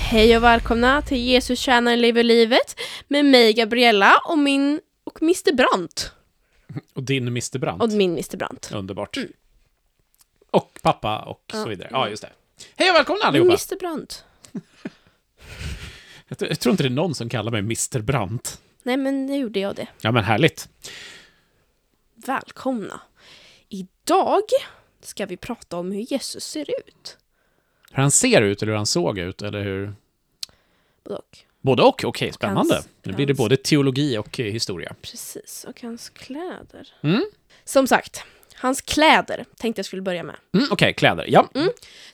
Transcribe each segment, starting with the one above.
Hej och välkomna till Jesus tjänare lever livet med mig Gabriella och min och Mr Brandt. Och din Mr Brandt. Och min Mr Brandt. Underbart. Och pappa och Ja. så vidare. Ja, just det. Hej och välkomna allihopa! Mr Brandt. Jag tror- Jag tror inte det är någon som kallar mig Mr Brandt. Nej men nu gjorde jag det. Ja, men härligt. Välkomna. Idag ska vi prata om hur Jesus ser ut. Hur han ser ut eller hur han såg ut eller hur... Och, Både och, okej, spännande. Hans- nu blir det hans- både teologi och eh, historia. precis, och hans kläder. Mm, Som sagt, hans kläder tänkte jag skulle börja med. mm okej, kläder. Ja,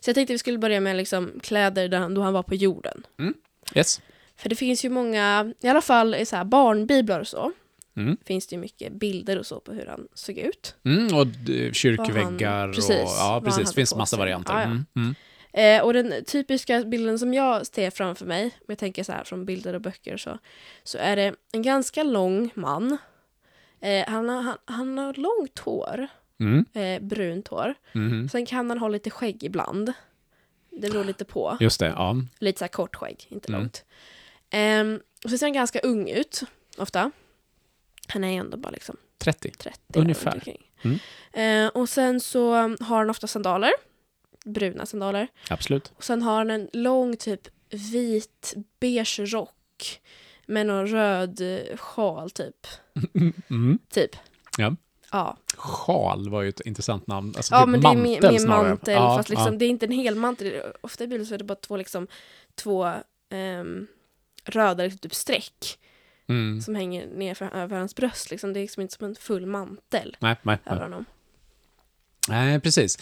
Så jag tänkte vi skulle börja med liksom kläder där han, då han var på jorden. yes. För det finns ju många, i alla fall i så här barnbiblar och så, Mm. finns det ju mycket bilder och så på hur han såg ut. Mm, och d- kyrkväggar Vad han- och... precis, Ja, vad han precis. hade Det finns på massa sig. varianter. Ja, ja. Mm, mm. Eh, och den typiska bilden som jag ser framför mig, om jag tänker så här från bilder och böcker och så, så är det en ganska lång man. Eh, han, har, han, han har långt hår, Mm, eh, brunt hår. mhm. Sen kan han ha lite skägg ibland. Det beror lite på. Just det, ja. Lite så här kort skägg, inte Mm. långt. Ehm, och så ser han ganska ung ut, ofta. Han är ju ändå bara liksom 30. 30. Ungefär. Mm. runt omkring. Eh, och sen så um, har han ofta sandaler, bruna sandaler. Absolut. Och sen har han en lång typ vit beige rock med någon röd eh, sjal typ. Mm. typ. Ja. Ja, Sjal var ju ett intressant namn. Alltså, ja typ men det är mantel mer, mer snarare. mantel, Ja, fast liksom, det är inte en hel mantel. Det är- Ofta i bilder så är det bara två, liksom, två ehm, röda liksom, typ streck ja. Mm. som hänger ner för, över hans bröst. Liksom. Det är liksom inte som en full mantel Nej, nej, nej. över honom. nej precis.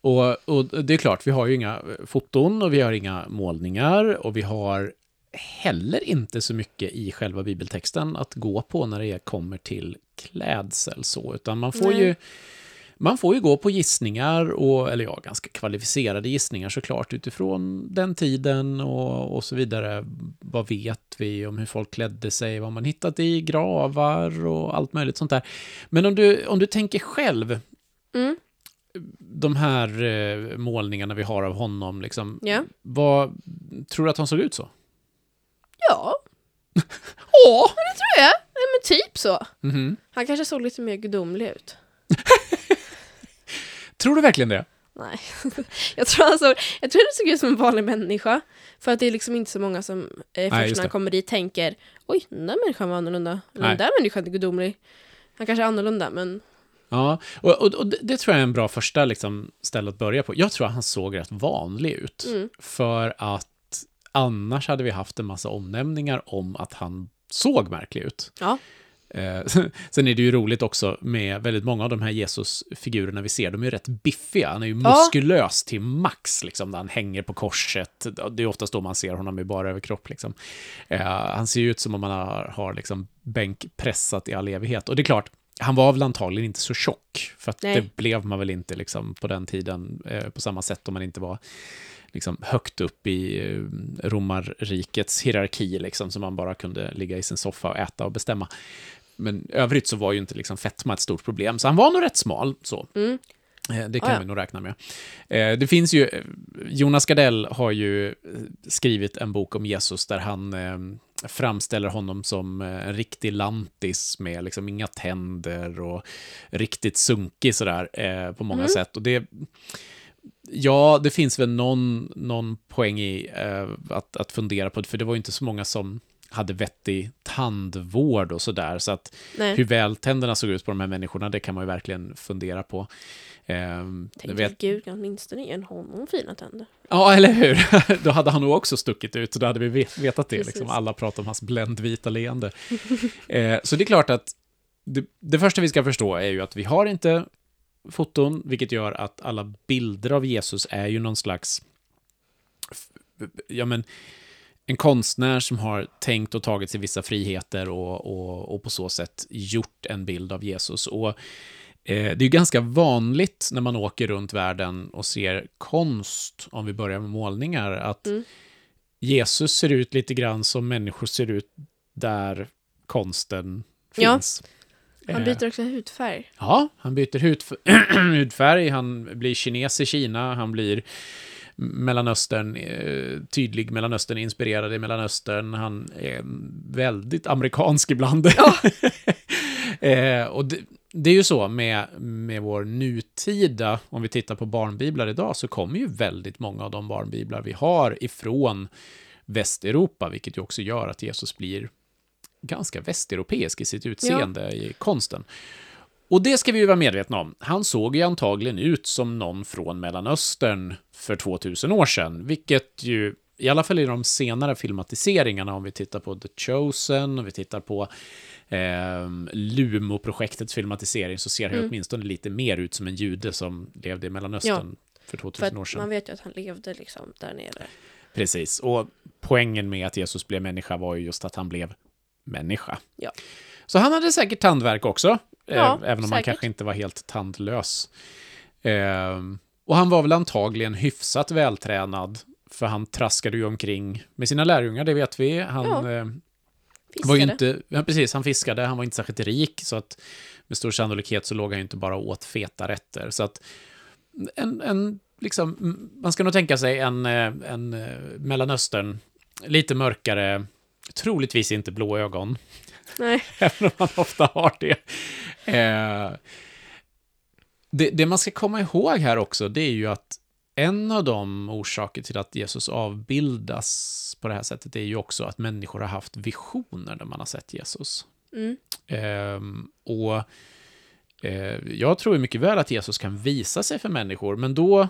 Och, och det är klart, vi har ju inga eh, foton och vi har inga målningar och vi har heller inte så mycket i själva bibeltexten att gå på när det kommer till klädsel så, utan man får Nej. ju man får ju gå på gissningar, och, eller ja, ganska kvalificerade gissningar såklart utifrån den tiden och, och så vidare. Vad vet vi om hur folk klädde sig, vad man hittat i gravar och allt möjligt sånt där. Men om du, om du tänker själv, Mm. de här eh, målningarna vi har av honom, liksom, Ja. vad, tror du att han såg ut så? ja, Ja! tror jag. Nej, men typ så. Mhm. Han kanske såg lite mer gudomlig ut. Tror du verkligen det? Nej. jag, tror han såg, jag tror det såg ut som en vanlig människa. För att det är liksom inte så många som eh, först när just det. han kommer dit tänker Oj, den där människan var annorlunda. Eller Nej. den där människan är gudomlig. Han kanske är annorlunda, men Ja, och, och, och det- det tror jag är en bra första liksom, ställe att börja på. Jag tror att han såg rätt vanlig ut. Mm. För att annars hade vi haft en massa omnämningar om att han såg märklig ut. ja. Eh, sen är det ju roligt också med väldigt många av de här Jesus-figurerna vi ser, de är ju rätt biffiga. Han är ju Ja. muskulös till max, liksom, när han hänger på korset. Det är oftast då man ser honom i bara överkropp. Liksom. Eh, han ser ju ut som om han har, har liksom bänkpressat i all evighet. Och det är klart, han var väl antagligen inte så tjock, för att Nej. det blev man väl inte liksom, på den tiden eh, på samma sätt om man inte var liksom, högt upp i eh, romarrikets hierarki, liksom, som man bara kunde ligga i sin soffa och äta och bestämma. Men i övrigt så var ju inte liksom fetma ett stort problem, så han var nog rätt smal. Så. Mm. Eh, Det kan Ah, ja. vi nog räkna med. Eh, Det finns ju, eh, Jonas Gardell har ju eh, skrivit en bok om Jesus där han eh, framställer honom som eh, en riktig lantis med liksom inga tänder och riktigt sunkig sådär eh, på Mm. många sätt. Och det, ja, det finns väl någon, någon poäng i eh, att, att fundera på, för det var ju inte så många som hade vettig tandvård och sådär, så att Nej. hur väl tänderna såg ut på de här människorna, det kan man ju verkligen fundera på. Ehm, jag Tänk vet- att Gud kan åtminstone ge en honom fina tänder. Ja, eller hur? Då hade han nog också stuckit ut, och då hade vi vet- vetat det. Precis. Liksom. Alla pratar om hans bländvita leende. eh, så det är klart att det, det första vi ska förstå är ju att vi har inte foton, vilket gör att alla bilder av Jesus är ju någon slags... f- Ja, men en konstnär som har tänkt och tagit sig vissa friheter och, och, och på så sätt gjort en bild av Jesus. Och eh, det är ju ganska vanligt när man åker runt världen och ser konst, om vi börjar med målningar, att Mm. Jesus ser ut lite grann som människor ser ut där konsten Ja. finns. Han Eh, byter också hudfärg. Ja, han byter hudf- hudfärg, han blir kines i Kina, han blir Mellanöstern, eh, tydlig Mellanöstern, inspirerad i Mellanöstern. Han är väldigt amerikansk ibland. eh, och det, det är ju så med, med vår nutida, om vi tittar på barnbiblar idag, så kommer ju väldigt många av de barnbiblar vi har ifrån Västeuropa, vilket ju också gör att Jesus blir ganska västeuropeisk i sitt utseende i konsten. Och det ska vi ju vara medvetna om. Han såg ju antagligen ut som någon från Mellanöstern för 2000 år sedan, vilket ju, i alla fall i de senare filmatiseringarna, om vi tittar på The Chosen, om vi tittar på eh, Lumo-projektets filmatisering, så ser han Mm. ju åtminstone lite mer ut som en jude som levde i Mellanöstern för För 2000 år att sedan. man vet ju att han levde liksom där nere. Precis, och poängen med att Jesus blev människa var ju just att han blev människa. Ja. Så han hade säkert tandvärk också, eh, Ja, även om han säkert. kanske inte var helt tandlös. Ehm, och han var väl antagligen hyfsat vältränad, för han traskade ju omkring med sina lärjungar, det vet vi. Han Ja, eh, var Fiskade. ju inte, ja, precis, han fiskade, han var inte särskilt rik, så att med stor sannolikhet så låg han ju inte bara och åt feta rätter. Så att en, en liksom, m- man ska nog tänka sig en, eh, en eh, Mellanöstern, lite mörkare, troligtvis inte blå ögon, Nej. även om man ofta har det. Eh, det. Det man ska komma ihåg här också, det är ju att en av de orsaker till att Jesus avbildas på det här sättet är ju också att människor har haft visioner när man har sett Jesus. Mm. Ehm, och eh, jag tror ju mycket väl att Jesus kan visa sig för människor, men då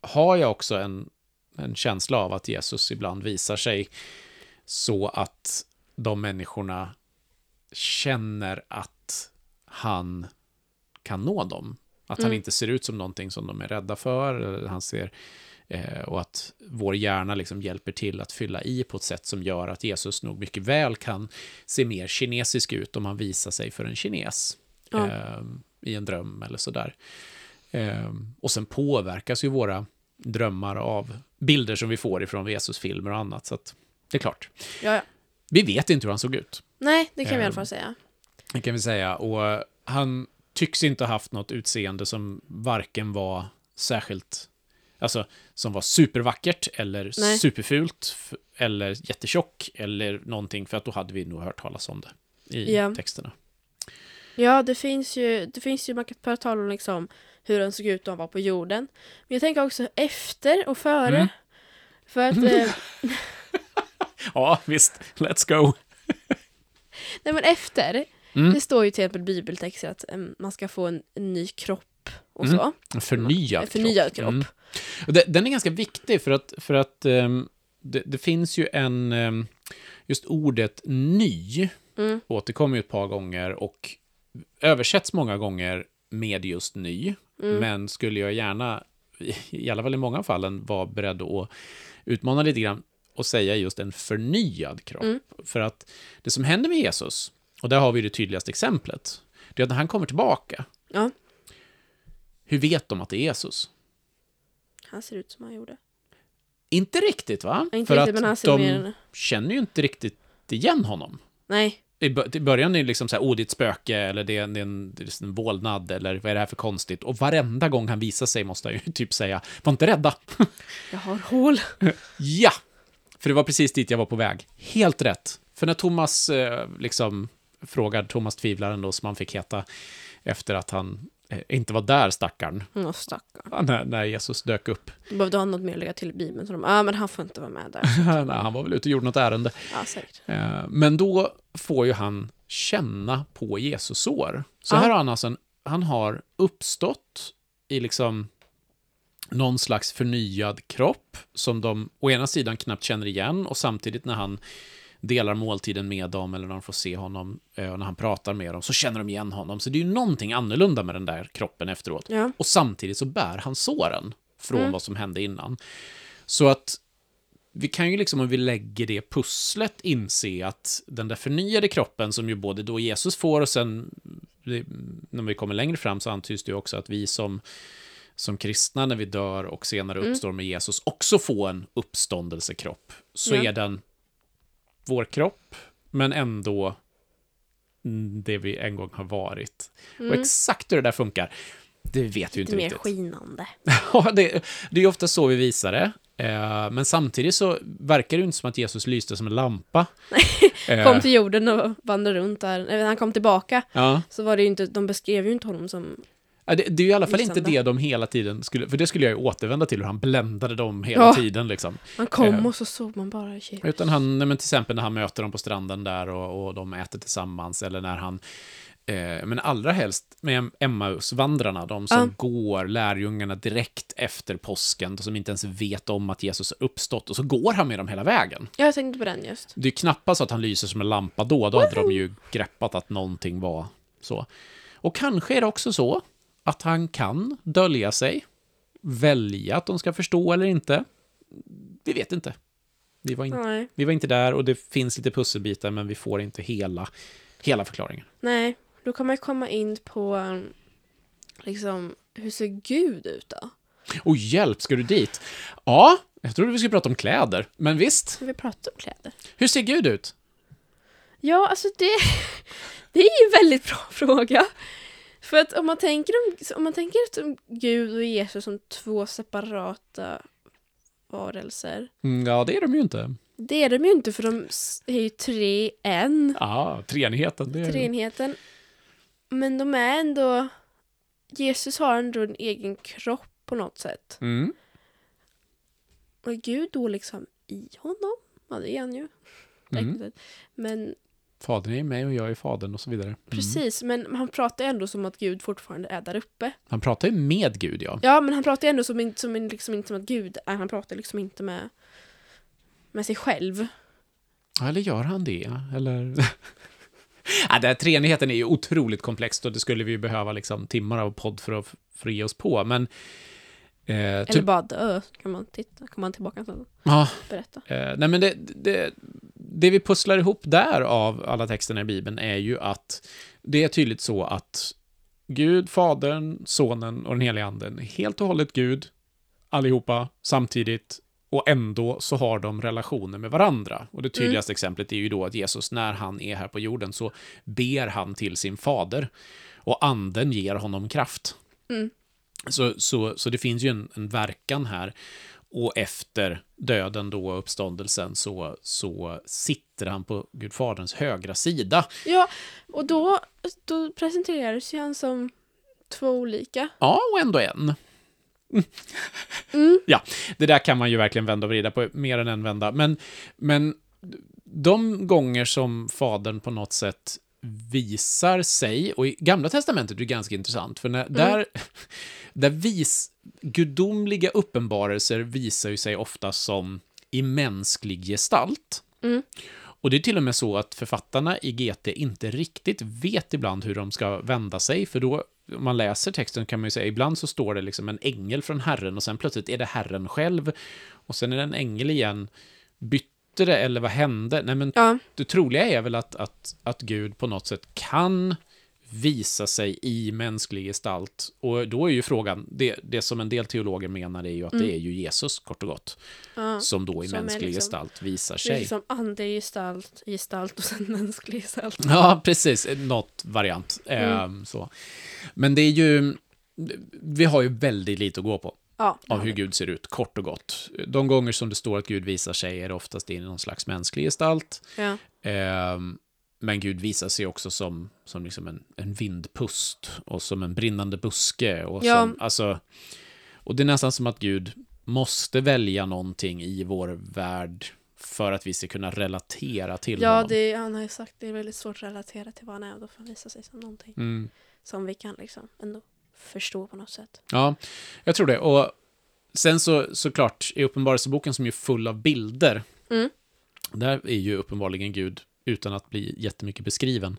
har jag också en, en känsla av att Jesus ibland visar sig så att de människorna känner att han kan nå dem. Att han Mm. inte ser ut som någonting som de är rädda för, eller han ser, eh, och att vår hjärna liksom hjälper till att fylla i på ett sätt som gör att Jesus nog mycket väl kan se mer kinesisk ut om han visar sig för en kines Ja. eh, i en dröm eller sådär. Eh, och sen påverkas ju våra drömmar av bilder som vi får ifrån Jesusfilmer och annat, så att det är klart. Ja, ja. Vi vet inte hur han såg ut. Nej, det kan vi i alla Ehm. fall säga. Det kan vi säga. Och eh, han tycks inte ha haft något utseende som varken var särskilt... Alltså, som var supervackert eller Nej. superfult f- eller jättetjock eller någonting, för att då hade vi nog hört talas om det i Ja. texterna. Ja, det finns ju, det finns ju man kan prata om liksom hur han såg ut då han var på jorden. Men jag tänker också efter och före. Mm. För att, eh, Ja, visst. Let's go. nej men efter, Mm. det står ju till exempel i bibeltexter att em, man ska få en, en ny kropp och Mm. så. En Förnyad, En förnyad kropp. Mm. Och de- Den är ganska viktig för att, för att ehm, det, det finns ju en... ehm, just ordet ny Mm. återkommer ju ett par gånger och översätts många gånger med just ny. Mm. Men skulle jag gärna, i alla fall i många fallen, vara beredd att utmana lite grann och säga just en förnyad kropp. Mm. För att det som händer med Jesus, och där har vi det tydligaste exemplet, det är att när han kommer tillbaka, Ja, hur vet de att det är Jesus? han ser ut som han gjorde. Inte riktigt, va? Inte För riktigt, att men han ser de mer- känner ju inte riktigt igen honom. Nej, I bö- i början är det liksom så här, åh, det är ett spöke, eller det är en, det är en, det är en vålnad, eller vad är det här för konstigt? Och varenda gång han visar sig måste han ju typ säga, var inte rädda. jag har hål. ja! För det var precis dit jag var på väg. Helt rätt. För när Thomas, eh, liksom, frågar Thomas tvivlaren då, som han fick heta, efter att han eh, inte var där, stackarn, Åh, stackarn. Ja, när, när Jesus dök upp. Då behövde han något mer att lägga till i Bibeln. Så de, ja ah, men han får inte vara med där. Nej, han var väl ute och gjorde något ärende. Ja, säkert. Eh, Men då får ju han känna på Jesus sår. Så Ja. här har han alltså en, han har uppstått i liksom någon slags förnyad kropp som de å ena sidan knappt känner igen och samtidigt när han delar måltiden med dem eller när de får se honom eh, och när han pratar med dem så känner de igen honom. Så det är ju någonting annorlunda med den där kroppen efteråt. Ja. Och samtidigt så bär han såren från Mm. vad som hände innan. Så att vi kan ju liksom om vi lägger det pusslet inse att den där förnyade kroppen som ju både då Jesus får och sen det- när vi kommer längre fram så antyds det ju också att vi som, som kristna när vi dör och senare Mm. uppstår med Jesus också får en uppståndelsekropp. Så Ja. är den vår kropp, men ändå mm, det vi en gång har varit. Och exakt hur det där funkar, det vet vi ju inte Mm. Lite mer riktigt. skinande. Ja, det, det är ju ofta så vi visar det. Eh, Men samtidigt så verkar det ju inte som att Jesus lyste som en lampa. Eh, Kom till jorden och vandrade runt där. Nej, När han kom tillbaka Ja. så var det ju inte, de beskrev ju inte honom som... Ja, Det, det är ju i alla fall inte Lysande. det de hela tiden skulle, för det skulle jag ju återvända till hur han bländade dem hela Ja. tiden liksom. Han kom Eh. och så såg man bara Jesus. Utan han, nej, men till exempel när han möter dem på stranden där och, och de äter tillsammans, eller när han, eh, men allra helst med Emmausvandrarna, de som Ja. går, lärjungarna direkt efter påsken, som inte ens vet om att Jesus har uppstått, och så går han med dem hela vägen. Ja, Jag tänkte på den just. Det är knappast så att han lyser som en lampa då, då hade de ju greppat att någonting var så. Och kanske är det också så att han kan dölja sig, välja att de ska förstå eller inte. Vi vet inte. Vi var inte Nej. vi var inte där och det finns lite pusselbitar men vi får inte hela, hela förklaringen. Nej, då kan man ju komma in på um, liksom, hur ser Gud ut då? Och hjälp, ska du dit? Ja, jag trodde vi skulle prata om kläder. Men visst, Ska vi prata om kläder? hur ser Gud ut? Ja, alltså det, det är ju en väldigt bra fråga. För att om man tänker om, om man tänker om Gud och Jesus som två separata varelser. Mm, Ja, det är de ju inte. Det är de ju inte för de s- är ju tre i en, Ja, treenigheten. Det är... treenheten. Men de är ändå... Jesus har ändå en egen kropp på något sätt. Mm. Och Gud då liksom i honom? Ja, det är han ju. Mm. tekniskt sett. Men Fadern är i mig och jag är i fadern och så vidare. Mm. precis, men han pratar ju ändå som att Gud fortfarande är där uppe. Han pratar ju med Gud, ja. Ja, men han pratar ju ändå som, in, som in, liksom inte som att Gud är, han pratar liksom inte med, med sig själv. Ja, Eller gör han det? Eller... ja, den här treenigheten är ju otroligt komplext och det skulle vi ju behöva liksom timmar av podd för att för att ge oss på, men... Eh, Eller typ... bara dö, så kan man titta, kommer han tillbaka sen och Ja, berätta. Eh, nej, men det, det, det vi pusslar ihop där av alla texterna i Bibeln är ju att det är tydligt så att Gud, Fadern, Sonen och den heliga Anden är helt och hållet Gud, allihopa, samtidigt, och ändå så har de relationer med varandra. Och det tydligaste exemplet är ju då att Jesus, när han är här på jorden, så ber han till sin fader, och anden ger honom kraft. Mm. Så, så, så det finns ju en, en verkan här. Och efter döden då och uppståndelsen så, så sitter han på Gud Faderns högra sida. Ja, och då, då presenterades ju han som två olika. Ja, och ändå en. Mm. Ja, det där kan man ju verkligen vända och vrida på, mer än en vända. Men, men de gånger som Fadern på något sätt visar sig, och i Gamla Testamentet är det ganska intressant, för när, där, där vis, gudomliga uppenbarelser visar ju sig ofta som i mänsklig gestalt. Mm. Och det är till och med så att författarna i GT inte riktigt vet ibland hur de ska vända sig, för då, om man läser texten kan man ju säga, ibland så står det liksom en ängel från Herren och sen plötsligt är det Herren själv, och sen är det en ängel igen. Bytte det eller vad hände? Nej, men Ja, det troliga är väl att, att, att Gud på något sätt kan visa sig i mänsklig gestalt. Och då är ju frågan, det, det som en del teologer menar är ju att det är ju Jesus, kort och gott, Mm. ja. som då i Som är mänsklig liksom- gestalt visar Det är sig. liksom ande, gestalt, gestalt och sen mänsklig gestalt. Ja, precis. Något variant. Mm. Ehm, så. Men det är ju... Vi har ju väldigt lite att gå på Ja, av hur Gud ser ut, kort och gott. De gånger som det står att Gud visar sig är det oftast i någon slags mänsklig gestalt. ja. Ehm, men Gud visar sig också som, som liksom en, en vindpust och som en brinnande buske. Och, Ja. som, alltså, och det är nästan som att Gud måste välja någonting i vår värld för att vi ska kunna relatera till Ja, honom. det, är- han har ju sagt det är väldigt svårt att relatera till vad han är och då får han visa sig som någonting Mm. som vi kan liksom ändå förstå på något sätt. Ja, jag tror det. Och sen så såklart, i Uppenbarelseboken som ju är full av bilder, Mm. där är ju uppenbarligen Gud utan att bli jättemycket beskriven.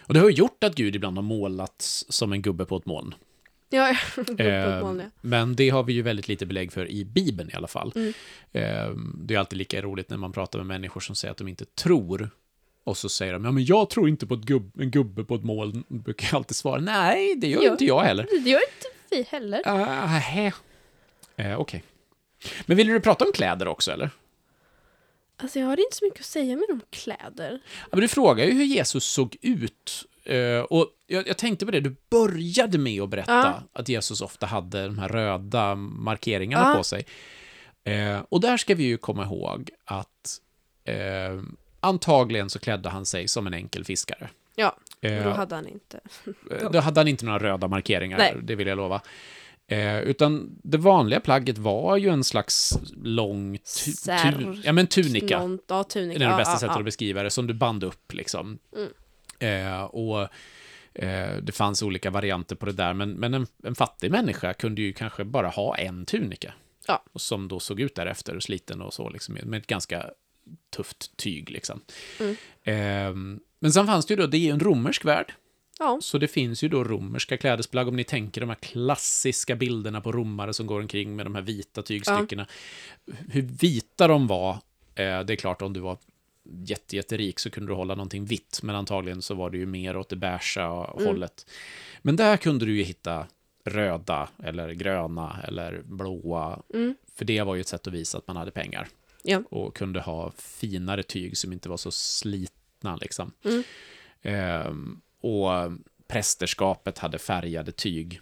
Och det har ju gjort att Gud ibland har målats som en gubbe på ett moln. Ja, Eh, uppenbarligen. Men det har vi ju väldigt lite belägg för i Bibeln i alla fall. Mm. Eh, Det är alltid lika roligt när man pratar med människor som säger att de inte tror. Och så säger de, ja men jag tror inte på ett gubb, en gubbe på ett moln. Då brukar jag alltid svara, nej det gör Jo. inte jag heller. Det gör inte vi heller. Ah, hä. eh, Okej. Men ville du prata om kläder också eller? Alltså jag har inte så mycket att säga med de kläder. Ja, men du frågar ju hur Jesus såg ut. Eh, och jag, jag tänkte på det, du började med att berätta Ja. att Jesus ofta hade de här röda markeringarna Ja. på sig. Eh, och där ska vi ju komma ihåg att eh, antagligen så klädde han sig som en enkel fiskare. Ja, Eh, och då hade han inte. Eh, Då hade han inte några röda markeringar, Nej. det vill jag lova. Eh, utan det vanliga plagget var ju en slags lång tu- tu- Särr, ja, men tunika. Någon, ja, tunika. Det är det ja, bästa ja, sättet ja. Mm. att beskriva det, som du band upp liksom. Eh, och eh, det fanns olika varianter på det där, men, men en, en fattig människa kunde ju kanske bara ha en tunika. Ja. Och som då såg ut därefter, sliten och så, liksom, med ett ganska tufft tyg liksom. Mm. Eh, men sen fanns det ju då, det är ju en romersk värld, Ja, så det finns ju då romerska klädesplagg, om ni tänker de här klassiska bilderna på romare som går omkring med de här vita tygstyckena. Hur vita de var, eh, det är klart om du var jätte, jätterik så kunde du hålla någonting vitt, men antagligen så var det ju mer åt det beigea hållet. Men där kunde du ju hitta röda eller gröna eller blåa, för det var ju ett sätt att visa att man hade pengar ja. och kunde ha finare tyg som inte var så slitna. Liksom. Ehm, och prästerskapet hade färgade tyg.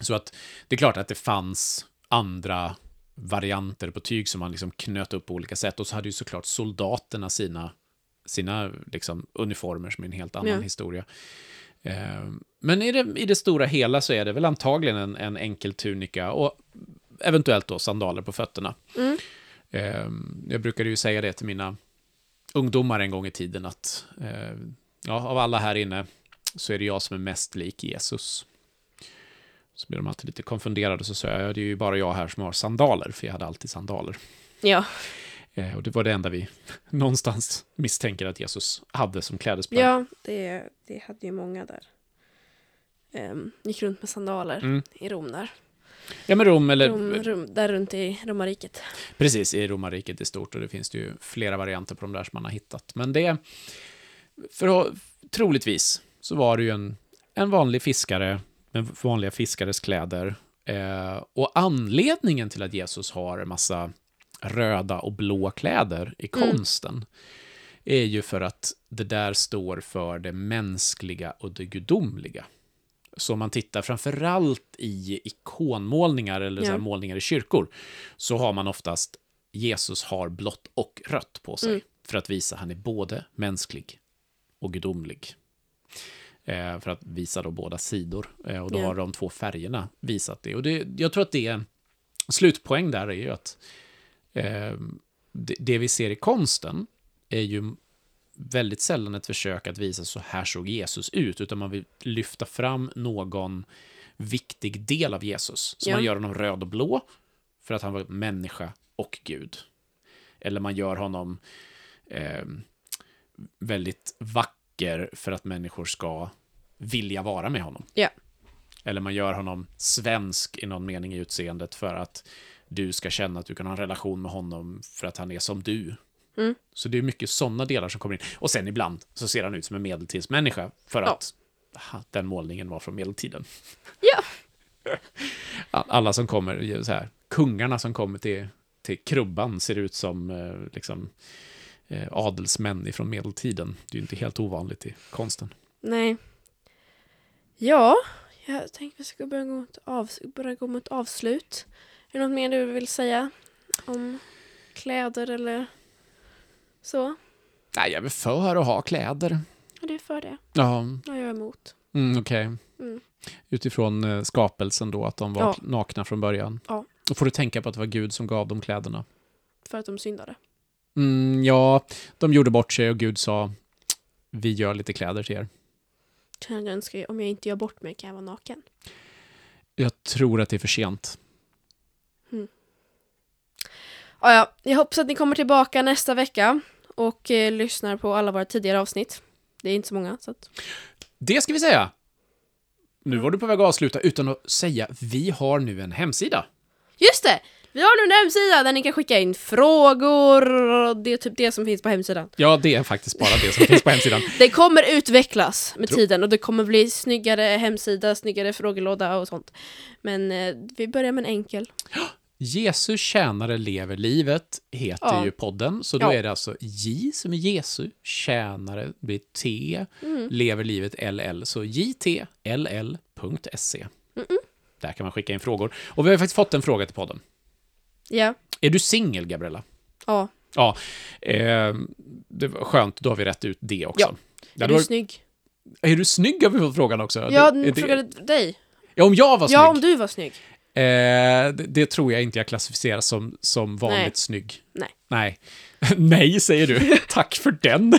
Så att det är klart att det fanns andra varianter på tyg som man liksom knöt upp på olika sätt. Och så hade ju såklart soldaterna sina, sina liksom uniformer som är en helt annan Ja. historia. Ehm, Men i det, i det stora hela så är det väl antagligen en, en enkel tunika och eventuellt då sandaler på fötterna. Ehm, Jag brukade ju säga det till mina ungdomar en gång i tiden att eh, ja, av alla här inne så är det jag som är mest lik Jesus. Så blev de alltid lite konfunderade så sa jag, "Ja, det är ju bara jag här som har sandaler, för jag hade alltid sandaler. Ja, Eh, och det var det enda vi någonstans misstänker att Jesus hade som klädesplagg. ja det, det hade ju många där. Ehm, gick runt med sandaler Mm. i Rom där. Ja, men Rom, eller Rom, Rom, där runt i romarriket. precis, i romarriket i stort, och det finns det ju flera varianter på de där som man har hittat. Men det, för, troligtvis, så var det ju en, en vanlig fiskare med vanliga fiskares kläder. Eh, och anledningen till att Jesus har en massa röda och blå kläder i konsten är ju för att det där står för det mänskliga och det gudomliga. Så om man tittar framförallt i ikonmålningar eller så här Ja. målningar i kyrkor så har man oftast Jesus har blått och rött på Mm. sig för att visa att han är både mänsklig och gudomlig. Eh, för att visa då båda sidor. Eh, och då Ja. har de två färgerna visat det. Och det, jag tror att det är slutpoäng där är ju att eh, det, det vi ser i konsten är ju väldigt sällan ett försök att visa så här såg Jesus ut, utan man vill lyfta fram någon viktig del av Jesus. Så Ja. man gör honom röd och blå för att han var människa och Gud. Eller man gör honom eh, väldigt vacker för att människor ska vilja vara med honom. Ja, Eller man gör honom svensk i någon mening i utseendet för att du ska känna att du kan ha en relation med honom för att han är som du. Mm. Så det är mycket sådana delar som kommer in. Och sen ibland så ser han ut som en medeltidsmänniska för Ja. att ha, den målningen var från medeltiden. ja. A- Alla som kommer, ju så här, kungarna som kommer till, till krubban ser ut som eh, liksom, eh, adelsmän ifrån medeltiden. Det är ju inte helt ovanligt i konsten. nej. Ja, jag tänkte vi ska börja gå mot, av, börja gå mot avslut. Är det något mer du vill säga om kläder eller så? Nej, jag är väl för att ha kläder. Ja, du är för det. Ja, Ja, jag är emot. Mm, Okej. Mm. Utifrån eh, skapelsen då, att de var Ja. nakna från början. Ja. Då får du tänka på att det var Gud som gav dem kläderna. För att de syndade. Mm, ja, de gjorde bort sig och Gud sa, vi gör lite kläder till er. Kan jag önska, om jag inte gör bort mig kan jag vara naken. Jag tror att det är för sent. Ja, ja, jag hoppas att ni kommer tillbaka nästa vecka och eh, lyssnar på alla våra tidigare avsnitt. Det är inte så många, så att... Det ska vi säga! Nu var du på väg att avsluta utan att säga, vi har nu en hemsida. Just det! Vi har nu en hemsida där ni kan skicka in frågor och det är typ det som finns på hemsidan. Ja, det är faktiskt bara det som finns på hemsidan. Det kommer utvecklas med Tro- tiden och det kommer bli snyggare hemsida, snyggare frågelåda och sånt. Men eh, vi börjar med en enkel. Jesu tjänare lever livet heter Ja. ju podden, så då Ja. är det alltså J som är Jesu, tjänare blir T, Mm. lever livet LL, så jtll.se. Där kan man skicka in frågor. Och vi har ju faktiskt fått en fråga till podden. Ja, Är du singel, Gabriella? Ja. Ja, eh, det var skönt, då har vi rätt ut det också. Ja. Ja, är det du var, snygg? är du snygg har vi fått frågan också. Ja, Det- nu det- frågade dig. ja om jag var snygg? Ja, om du var snygg. Eh, det, det tror jag inte jag klassificerar som, som vanligt Nej. snygg. Nej. Nej. Nej, säger du. Tack för den.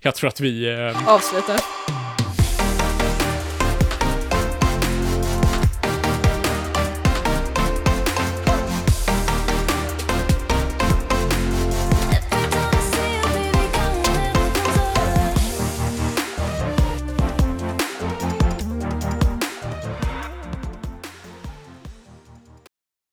Jag tror att vi... Eh, Avsluta.